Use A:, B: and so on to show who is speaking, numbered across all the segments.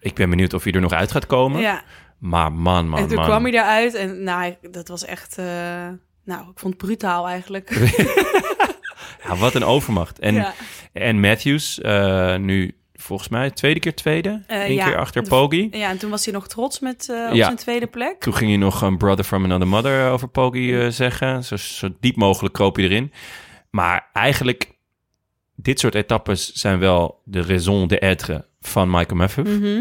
A: ik ben benieuwd of hij er nog uit gaat komen.
B: Ja,
A: Maar man, man,
B: en toen
A: man.
B: kwam hij eruit en nou, hij- dat was echt... eh, nou, ik vond het brutaal eigenlijk.
A: Ja, wat een overmacht. En,
B: Ja.
A: en Matthews, eh, nu volgens mij tweede keer tweede.
B: Eh,
A: Eén
B: ja.
A: keer achter
B: De-
A: Poggi.
B: Ja, en toen was hij nog trots met, eh, op
A: Ja.
B: zijn tweede plek.
A: Toen ging hij nog een brother from another mother over Poggi eh, zeggen. Zo, zo diep mogelijk kroop hij erin. Maar eigenlijk, dit soort etappes zijn wel de raison d'être van Michael Matthews.
B: Mhm.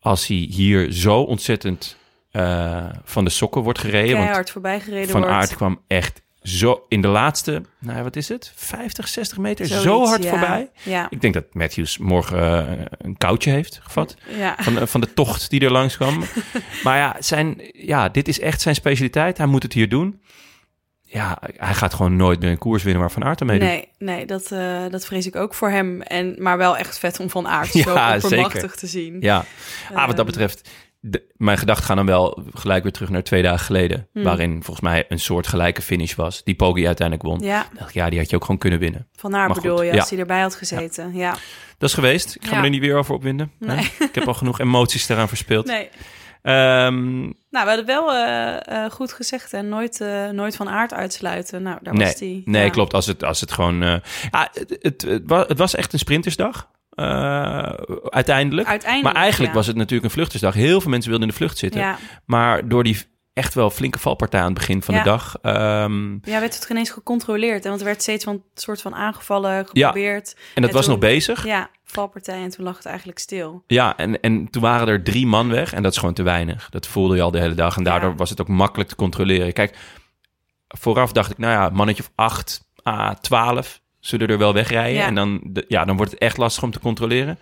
A: Als hij hier zo ontzettend eh, van de sokken wordt gereden. want
B: Keihard voorbij gereden
A: Van
B: wordt.
A: Aert kwam echt zo in de laatste, nou, ja, wat is het? 50, 60 meter
B: Zoiets,
A: zo hard
B: ja.
A: voorbij.
B: Ja,
A: Ik denk dat Matthews morgen eh, een koutje heeft gevat
B: ja.
A: van, eh, van de tocht die er langs kwam. maar ja, zijn, ja, dit is echt zijn specialiteit. Hij moet het hier doen. Ja, hij gaat gewoon nooit meer een koers winnen waar Van Aert aan meedoet.
B: Nee, nee dat, eh, dat vrees ik ook voor hem. En, maar wel echt vet om van Aert zo
A: Ja,
B: oppermachtig
A: zeker.
B: te zien.
A: Ja, ah, wat
B: Ehm.
A: dat betreft, de- mijn gedachten gaan dan wel gelijk weer terug naar twee dagen geleden.
B: Hmm.
A: Waarin volgens mij een soort gelijke finish was, die Poggi uiteindelijk won.
B: Ja,
A: Ik dacht, ja, die had je ook gewoon kunnen winnen.
B: van haar
A: Maar
B: bedoel
A: goed,
B: je,
A: ja.
B: als hij erbij had gezeten. Ja.
A: Dat is geweest. Ik ga
B: Ja.
A: me er niet weer over opwinden. hè? Ik heb al genoeg emoties daaraan verspild.
B: Nee.
A: Ehm,
B: Nou, we hadden wel eh, eh, goed gezegd en nooit, eh, nooit van Aert uitsluiten. Nou, daar was
A: Nee,
B: hij.
A: nee
B: Ja.
A: klopt. Als het, als het gewoon. eh, ja, het, het, het wa- het was echt een sprintersdag. eh, uiteindelijk.
B: Uiteindelijk,
A: Maar eigenlijk
B: ja.
A: was het natuurlijk een vluchtersdag. Heel veel mensen wilden in de vlucht zitten.
B: Ja,
A: Maar door die echt wel flinke valpartij aan het begin van
B: Ja.
A: de dag. Ehm,
B: Ja, werd het geen eens gecontroleerd. En want er werd steeds van soort van aangevallen, geprobeerd. Ja,
A: en dat was
B: toen-
A: nog bezig. Ja,
B: valpartij. En toen lag het eigenlijk stil.
A: en, en toen waren er drie man weg. En dat is gewoon te weinig. Dat voelde je al de hele dag. En daardoor
B: Ja.
A: was het ook makkelijk te controleren. Kijk, vooraf dacht ik, nou ja, mannetje of acht, a 12 zullen er wel wegrijden.
B: Ja.
A: En dan, de- ja, dan wordt het echt lastig om te controleren.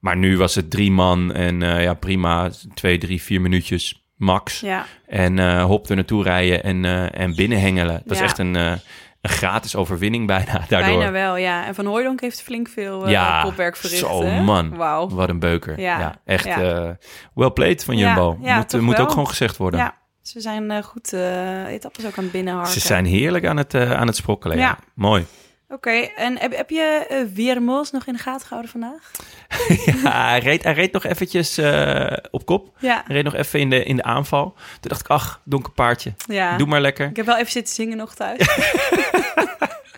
A: Maar nu was het drie man en eh, ja, prima. Twee, drie, vier minuutjes max.
B: Ja,
A: En eh hop er naartoe rijden en, eh en binnenhengelen. Dat is
B: Ja.
A: echt een, eh, een gratis overwinning bijna daardoor.
B: bijna wel, ja. En Van Hooydonk heeft flink veel eh,
A: Ja,
B: kopwerk verricht.
A: zo,
B: hè?
A: man.
B: Wauw.
A: Wat een beuker.
B: Ja.
A: Ja, echt
B: Ja.
A: eh well played van
B: Ja,
A: Jumbo.
B: ja,
A: moet eh,
B: toch
A: moet
B: wel.
A: ook gewoon gezegd worden.
B: Ja, ze zijn eh, goed eh etappes ook aan het binnenharken.
A: Ze zijn heerlijk aan het, eh, aan het sprokkelen. Ja.
B: Ja.
A: Mooi.
B: Oké, en heb, heb je eh Wiermols nog in de gaten gehouden vandaag?
A: ja, hij, reed, hij reed nog eventjes eh, op kop.
B: Ja,
A: Hij reed nog even in de, in de aanval. Toen dacht ik, ach, donker paardje.
B: ja.
A: Doe maar lekker.
B: Ik heb wel even zitten zingen nog thuis.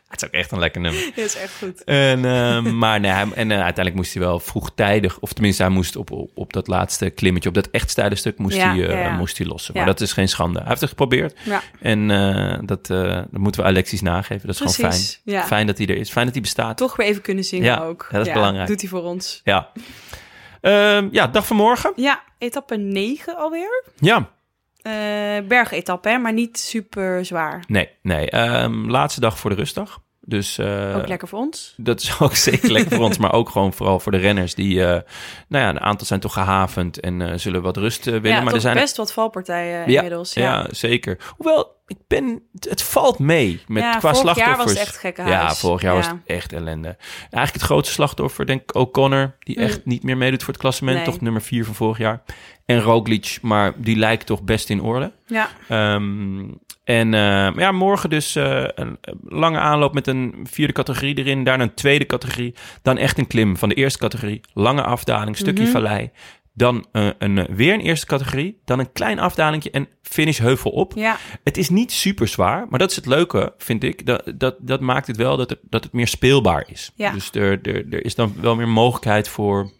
A: Het is ook echt een lekker nummer.
B: Dit is echt goed.
A: En, eh, maar nee, hij- en eh, uiteindelijk moest hij wel vroegtijdig, of tenminste hij moest op, op, op dat laatste klimmetje, op dat echt steile stuk, moest,
B: Ja,
A: hij, eh,
B: ja, ja.
A: moest hij lossen.
B: Ja.
A: Maar dat is geen schande. Hij heeft het geprobeerd
B: Ja,
A: en eh, dat, eh, dat moeten we Alexis nageven. Dat is gewoon fijn.
B: precies. Ja.
A: Fijn dat hij er is. Fijn dat hij bestaat.
B: Toch weer even kunnen zingen
A: Ja,
B: ook.
A: dat is belangrijk.
B: Doet hij voor ons.
A: Ja. Ehm, ja, dag van morgen.
B: Ja, etappe 9 alweer.
A: Ja.
B: Eh bergetappe, hè, maar niet super zwaar.
A: Nee, nee. Ehm, laatste dag voor de rustdag. Dus eh,
B: ook lekker voor ons.
A: Dat is ook zeker lekker voor ons, maar ook gewoon vooral voor de renners. Die, eh, nou ja, een aantal zijn toch gehavend en eh, zullen wat rust eh, willen.
B: ja,
A: maar er
B: toch
A: zijn er-
B: best wat valpartijen
A: Ja,
B: inmiddels. Ja,
A: Ja, zeker. Hoewel, ik ben, het valt mee met
B: Ja,
A: qua
B: vorig jaar
A: slachtoffers.
B: was het echt gekkenhuis.
A: Ja, vorig jaar
B: Ja.
A: was het echt ellende. Eigenlijk het grootste slachtoffer, denk ik, O'Connor. Die
B: Mm.
A: echt niet meer meedoet voor het klassement.
B: Nee.
A: Toch nummer vier van vorig jaar. En Roglic, maar die lijkt toch best in orde.
B: ja.
A: Ehm, en eh, maar ja, morgen dus eh, een lange aanloop met een vierde categorie erin. Daarna een tweede categorie. Dan echt een klim van de eerste categorie. Lange afdaling, stukje
B: Mhm.
A: vallei. Dan eh, een, eh, weer een eerste categorie. Dan een klein afdalingje en finish heuvel op.
B: ja.
A: Het is niet super zwaar, maar dat is het leuke, vind ik. Dat, dat, dat maakt het wel dat het, dat het meer speelbaar is.
B: Ja.
A: Dus er, er, er is dan wel meer mogelijkheid voor,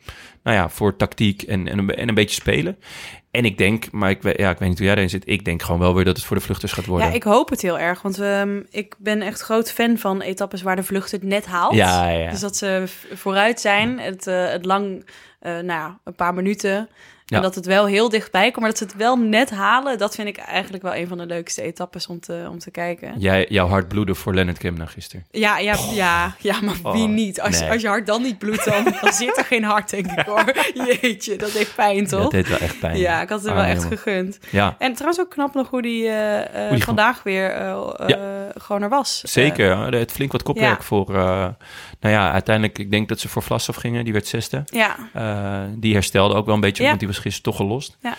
A: nou ja, voor tactiek en, en, een, en een beetje spelen. En ik denk, maar ik, weet- ja, ik weet niet hoe jij daarin zit, ik denk gewoon wel weer dat het voor de vluchters gaat worden.
B: Ja, ik hoop het heel erg. Want ehm, ik ben echt groot fan van etappes waar de vlucht het net haalt.
A: Ja, ja, ja.
B: Dus dat ze v- vooruit zijn, het, eh, het lang, eh, nou ja, een paar minuten. En
A: Ja.
B: dat het wel heel dichtbij komt, maar dat ze het wel net halen. Dat vind ik eigenlijk wel een van de leukste etappes om te, om te kijken.
A: Jij, jouw hart bloedde voor Leonard Kemna gisteren.
B: Ja, ja, ja, ja maar wie
A: Oh,
B: niet? Als,
A: nee.
B: als je hart dan niet bloedt, dan, dan zit er geen hart, denk ik hoor. Jeetje, dat deed pijn,
A: Dat
B: toch?
A: deed wel echt pijn.
B: Ja, Eh, ik had het
A: Ah,
B: wel echt
A: jongen.
B: gegund.
A: Ja,
B: En trouwens ook knap nog hoe die, eh, eh,
A: die
B: vandaag weer eh, eh, gewoon er was.
A: zeker. hè. Er- Het flink wat kopwerk
B: ja.
A: voor, eh, nou ja, uiteindelijk, ik denk dat ze voor Vlasov gingen, die werd zesde.
B: Eh, ja,
A: Eh, die herstelde ook wel een beetje,
B: Ja.
A: want die was gisteren toch gelost.
B: Ja.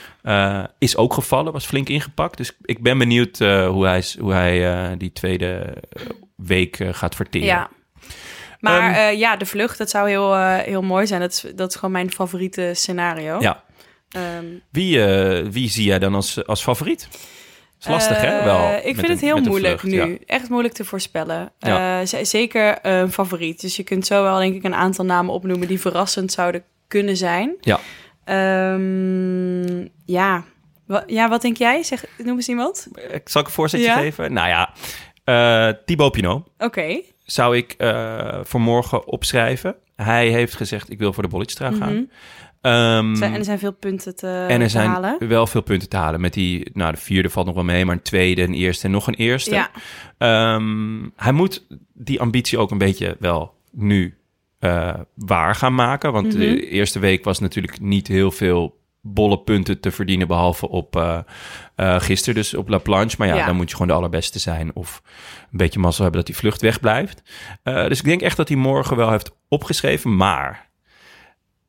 A: Eh, is ook gevallen, was flink ingepakt. Dus ik ben benieuwd eh, hoe hij, is- hoe hij eh, die tweede eh, week eh, gaat verteren.
B: ja. Maar
A: Ehm,
B: eh, ja, de vlucht, dat zou heel, eh, heel mooi zijn. Dat is, dat is gewoon mijn favoriete scenario.
A: Ja.
B: Ehm,
A: Wie, eh, wie zie jij dan als, als favoriet? Is lastig, hè?
B: Eh,
A: Wel,
B: ik
A: met
B: vind
A: een-
B: het heel
A: met een
B: moeilijk
A: vlucht,
B: nu.
A: ja.
B: Echt moeilijk te voorspellen.
A: Ja.
B: Eh, z- zeker eh, een favoriet. Dus je kunt zo wel, denk ik, een aantal namen opnoemen die verrassend zouden kunnen zijn.
A: Ja.
B: Ehm, ja. Wa- ja, wat denk jij? Zeg, noem eens iemand.
A: Ik Eh, Zal ik een voorzetje
B: Ja.
A: geven? Nou ja, eh Thibaut Pinot.
B: Oké.
A: zou ik eh, voor morgen opschrijven. Hij heeft gezegd, ik wil voor de bolletstrui
B: Mhm.
A: gaan. Ehm,
B: Zijn- en er zijn veel punten te,
A: en
B: eh, te
A: er zijn
B: halen.
A: wel veel punten te halen. Met die, nou de vierde valt nog wel mee, maar een tweede, een eerste en nog een eerste.
B: Ja,
A: Ehm, hij moet die ambitie ook een beetje wel nu eh, waar gaan maken. Want
B: Mhm.
A: de eerste week was natuurlijk niet heel veel bolle punten te verdienen, behalve op eh, eh, gisteren, dus op La Planche. Maar ja,
B: Ja.
A: dan moet je gewoon de allerbeste zijn of een beetje mazzel hebben dat die vlucht wegblijft. Eh dus ik denk echt dat hij morgen wel heeft opgeschreven, maar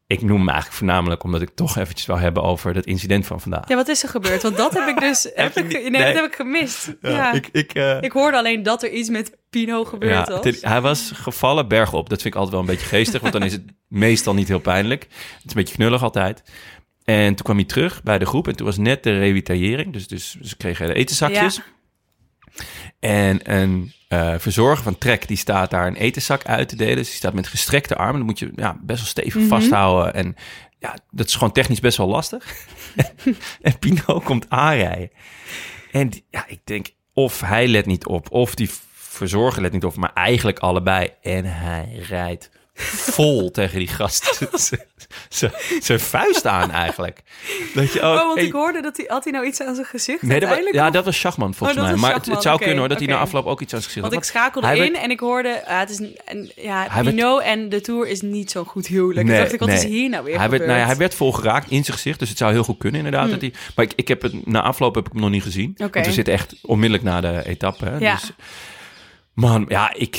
A: ik noem hem eigenlijk voornamelijk omdat ik toch eventjes wil hebben over dat incident van vandaag.
B: ja, wat is er gebeurd? Want dat heb ik dus heb
A: je
B: ik,
A: niet-
B: nee,
A: nee.
B: Dat heb ik gemist. Ja, ik,
A: ik, eh,
B: hoorde alleen dat er iets met Pino gebeurd was.
A: het- hij was gevallen bergop. Dat vind ik altijd wel een beetje geestig, want dan is het meestal niet heel pijnlijk. Het is een beetje knullig altijd. En toen kwam hij terug bij de groep en toen was net de revitaillering. Dus, dus ze kregen de etenzakjes.
B: Ja.
A: En een eh, verzorger van Trek, die staat daar een etenzak uit te delen. Dus die staat met gestrekte armen. Dan moet je ja, best wel stevig
B: Mhm.
A: vasthouden. En Ja, dat is gewoon technisch best wel lastig. en Pino komt aanrijden. En die- ja, ik denk, of hij let niet op, of die verzorger let niet op, maar eigenlijk allebei. En hij rijdt vol tegen die gast z- z- zijn vuist aan eigenlijk. Dat je ook,
B: Oh, want
A: hey,
B: ik hoorde dat hij... Had hij nou iets aan zijn gezicht
A: Nee, dat, wa-
B: uiteindelijk?
A: ja,
B: Of-
A: dat was Schachman volgens
B: Oh, dat
A: mij.
B: was
A: Maar het, het
B: Schachman,
A: zou
B: oké,
A: kunnen hoor, dat hij
B: oké.
A: na afloop ook iets aan zijn gezicht
B: Want
A: had.
B: ik schakelde
A: hij
B: in
A: werd-
B: en ik hoorde... ah, het is, een- en, ja,
A: Hij werd-
B: Pinot en de Tour is niet zo'n goed huwelijk.
A: Nee,
B: Toen dacht ik, wat
A: nee.
B: is hier nou weer
A: Hij
B: gebeurd?
A: werd,
B: Hm.
A: nou ja, hij werd volgeraakt in zijn gezicht, dus het zou heel goed kunnen inderdaad. Dat hij, maar ik, ik heb het, na afloop heb ik hem nog niet gezien.
B: Oké.
A: Want we zitten echt onmiddellijk na de etappe. Hè,
B: Ja.
A: Dus, man, ja, ik...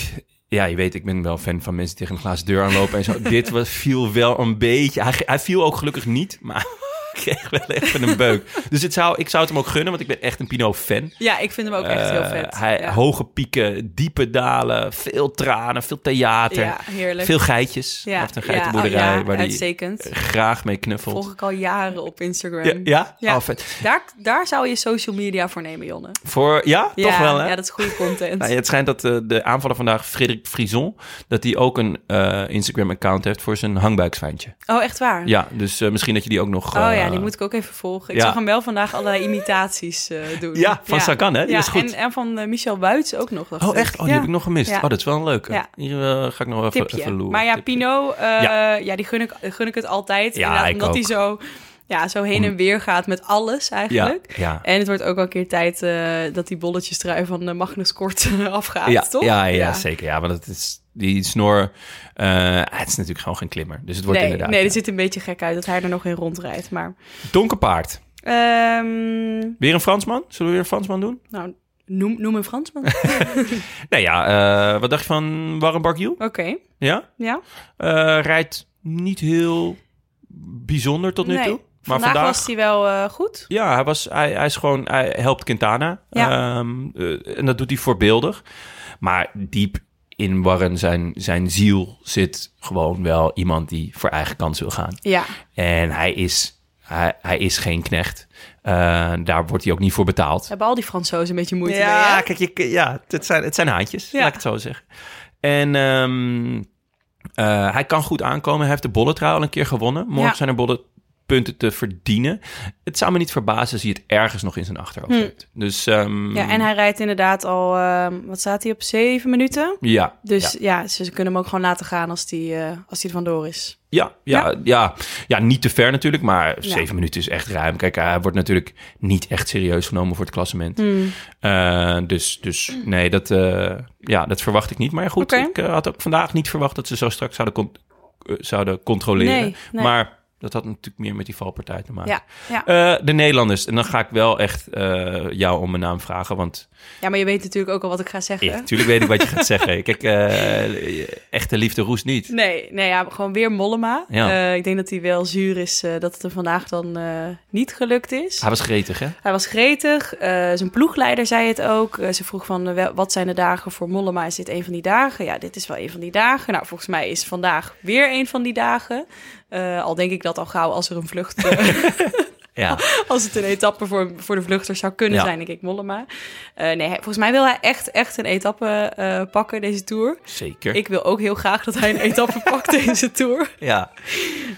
A: Ja, je weet, ik ben wel fan van mensen die tegen een glazen deur aanlopen en zo. Dit was, viel wel een beetje... Hij, hij viel ook gelukkig niet, maar ik kreeg wel even een beuk. Dus het zou, ik zou het hem ook gunnen, want ik ben echt een Pinot-fan.
B: Ja, ik vind hem ook echt heel
A: Eh,
B: vet.
A: hij,
B: ja.
A: Hoge pieken, diepe dalen, veel tranen, veel theater.
B: Ja, heerlijk.
A: Veel geitjes. Hij heeft een geitenboerderij
B: ja, oh ja,
A: waar hij
B: uitstekend.
A: graag mee knuffelt.
B: Volg ik al jaren op Instagram.
A: Ja, ja?
B: Ja.
A: Oh, vet.
B: Daar, daar zou je social media voor nemen, Jonne.
A: Voor, ja?
B: Ja,
A: toch wel, hè?
B: Ja, dat is goede content.
A: Nou, het schijnt dat eh, de aanvaller vandaag, Frederik Frison, dat hij ook een eh, Instagram-account heeft voor zijn hangbuiksfijntje.
B: Oh, echt waar?
A: Ja, dus eh, misschien dat je die ook nog...
B: Oh ja,
A: eh,
B: die moet ik ook even volgen. Ik
A: ja.
B: zag hem wel vandaag allerlei imitaties eh, doen.
A: Ja, van Sagan, hè? Die
B: ja,
A: was goed.
B: En, en van eh, Michel Buits ook nog. dacht
A: Oh, echt? Oh, die
B: Ja.
A: heb ik nog gemist.
B: Ja.
A: Oh, dat is wel een leuke.
B: Ja.
A: Hier eh, ga ik nog even,
B: tipje.
A: even loeren.
B: maar ja,
A: Tipje.
B: Pino, eh, ja.
A: Ja.
B: die gun ik, gun ik het altijd.
A: Ja,
B: inderdaad,
A: ik
B: omdat hij
A: ook.
B: zo, ja, zo heen en weer gaat met alles
A: Ja,
B: eigenlijk.
A: ja.
B: En het wordt ook al een keer tijd eh, dat die bolletjes trui van eh, Magnus Kort afgaat,
A: ja,
B: toch?
A: Ja, ja, zeker. Ja, want het is, die snor, eh, het is natuurlijk gewoon geen klimmer. Dus het wordt
B: Nee,
A: inderdaad
B: nee,
A: ja.
B: er ziet een beetje gek uit dat hij er nog in rondrijdt. Maar
A: donker paard.
B: ehm,
A: Weer een Fransman? Zullen we weer een Fransman doen?
B: nou, noem, noem een Fransman.
A: Nou ja, eh, wat dacht je van Warren Barguil?
B: Oké,
A: Ja?
B: ja.
A: Eh, rijdt niet heel bijzonder tot nu
B: Nee,
A: toe. Maar
B: vandaag,
A: vandaag,
B: was hij wel eh, goed.
A: Ja, hij, was, hij, hij is gewoon... Hij helpt Quintana.
B: Ja.
A: Ehm, eh, en dat doet hij voorbeeldig. Maar diep in Warren, zijn, zijn ziel, zit gewoon wel iemand die voor eigen kans wil gaan.
B: Ja,
A: En hij is, hij, hij is geen knecht. Eh, daar wordt hij ook niet voor betaald.
B: hebben al die Fransozen een beetje moeite mee.
A: Ja,
B: hè?
A: kijk, je, ja het, zijn, het zijn haantjes,
B: Ja.
A: laat ik het zo zeggen. En ehm, eh, hij kan goed aankomen. Hij heeft de bolletrouw al een keer gewonnen. Morgen
B: Ja.
A: zijn er bolletpunten te verdienen. Het zou me niet verbazen als hij het ergens nog in zijn achterhoofd heeft. Dus ehm,
B: Hm. Ja, en hij rijdt inderdaad al, ehm, wat staat hij op, zeven minuten?
A: ja,
B: Dus
A: ja.
B: ja, ze, ze kunnen hem ook gewoon laten gaan als die, eh, als die er vandoor is.
A: Ja, ja, ja. ja, niet te ver natuurlijk, maar
B: Ja.
A: zeven minuten is echt ruim. Kijk, hij wordt natuurlijk niet echt serieus genomen voor het klassement.
B: Hmm.
A: Eh, dus, dus nee, dat, eh, ja, dat verwacht ik niet. Maar ja, goed,
B: Oké.
A: ik eh, had ook vandaag niet verwacht dat ze zo straks zouden, con- eh, zouden controleren.
B: Nee, nee.
A: Maar dat had natuurlijk meer met die valpartij te maken.
B: Ja, ja.
A: Eh, de Nederlanders. En dan ga ik wel echt eh, jou om mijn naam vragen. Want
B: ja, maar je weet natuurlijk ook al wat ik ga zeggen.
A: ik, natuurlijk weet ik wat je gaat zeggen. Kijk, eh, echte liefde roest niet.
B: Nee, nee ja, gewoon weer Mollema.
A: Ja.
B: Eh, ik denk dat hij wel zuur is eh, dat het hem vandaag dan eh, niet gelukt is.
A: Hij was gretig, hè?
B: Hij was gretig. eh, zijn ploegleider zei het ook. Eh, ze vroeg van, eh, wel- wat zijn de dagen voor Mollema? Is dit een van die dagen? Ja, dit is wel een van die dagen. Nou, volgens mij is vandaag weer een van die dagen. Eh, al denk ik dat al gauw als er een vlucht... eh,
A: Ja.
B: als het een etappe voor, voor de vluchters zou kunnen
A: Ja.
B: zijn, denk ik Mollema. Eh, nee, hij- volgens mij wil hij echt, echt een etappe eh, pakken deze Tour.
A: Zeker.
B: Ik wil ook heel graag dat hij een etappe pakt deze Tour.
A: Ja.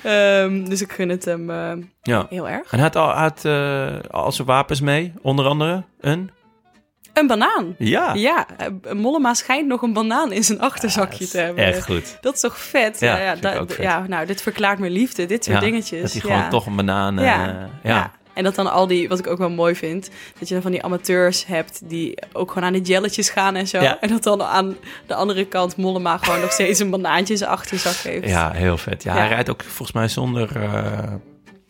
B: Ehm, dus ik gun het hem eh,
A: ja.
B: heel erg.
A: En hij had al, hij had, eh, al zijn wapens mee. Onder andere een...
B: Een banaan.
A: Ja.
B: Ja, eh, Mollema schijnt nog een banaan in zijn achterzakje te hebben.
A: Echt goed.
B: Dat is toch vet?
A: Ja,
B: ja,
A: vind ik
B: da-
A: ook vet.
B: ja, nou, dit verklaart mijn liefde, dit soort
A: Ja,
B: dingetjes.
A: Dat hij
B: Ja.
A: gewoon toch een banaan... eh,
B: Ja.
A: ja.
B: Ja. En dat dan al die, wat ik ook wel mooi vind, dat je dan van die amateurs hebt die ook gewoon aan de jelletjes gaan en zo.
A: Ja.
B: En dat dan aan de andere kant Mollema gewoon nog steeds een banaantje in zijn achterzak heeft.
A: Ja, heel vet. Ja,
B: Ja.
A: hij rijdt ook volgens mij zonder eh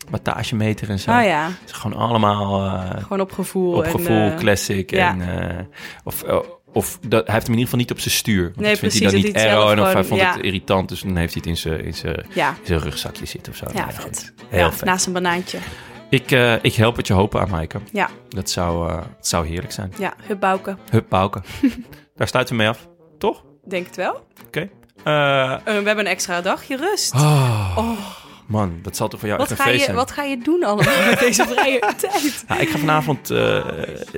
A: wattagemeter en zo.
B: Ah ja,
A: Het is gewoon allemaal eh
B: gewoon op gevoel.
A: op
B: en,
A: gevoel,
B: eh,
A: classic.
B: ja.
A: En, eh, of... eh, of dat, hij heeft hem in ieder geval niet op zijn stuur. Want
B: Nee,
A: dat vindt
B: precies, dat
A: hij dan
B: hij het
A: niet aero.
B: zelf
A: En of hij
B: gewoon-
A: vond
B: ja.
A: het irritant. Dus dan heeft hij het in zijn, in zijn,
B: Ja.
A: in zijn rugzakje zitten of zo.
B: Ja,
A: Nee,
B: vet.
A: Heel
B: Ja, nou.
A: vet.
B: Naast een banaantje.
A: Ik, eh, ik help het je hopen aan, Maaike.
B: Ja,
A: Dat zou, eh, het zou heerlijk zijn.
B: ja, hubbouken.
A: Hup, pauken. Daar sluiten we mee af. Toch?
B: Denk het wel.
A: Oké. Eh,
B: Eh, we hebben een extra dagje rust.
A: man, dat zal toch voor jou
B: wat,
A: echt een
B: ga
A: feest
B: je,
A: zijn?
B: wat ga je doen allemaal met deze vrije tijd?
A: Ja, ik ga vanavond eh,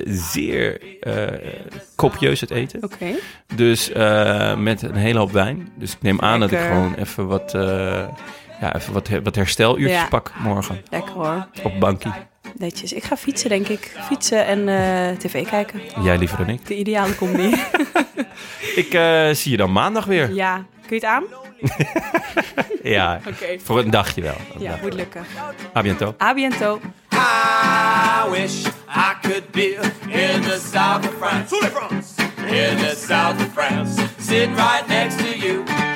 A: zeer eh, kopieus het eten.
B: Oké.
A: Dus eh, met een hele hoop wijn. Dus ik neem aan dat ik
B: Lekker.
A: gewoon even wat... eh, ja, even wat, he- wat hersteluurtjes
B: Ja.
A: pak morgen
B: Lekker hoor.
A: op bankie.
B: Netjes. Ik ga fietsen, denk ik. Fietsen en eh, tv kijken.
A: Jij liever dan ik.
B: De ideale combi.
A: Ik eh, zie je dan maandag weer. Ja,
B: ja. Kun je het aan? Oké.
A: voor een dagje wel. Een
B: Ja,
A: dag.
B: moet lukken.
A: A bientôt.
B: A biento.
C: I wish I could be in the south of France. In the south of France. Sitting right next to you.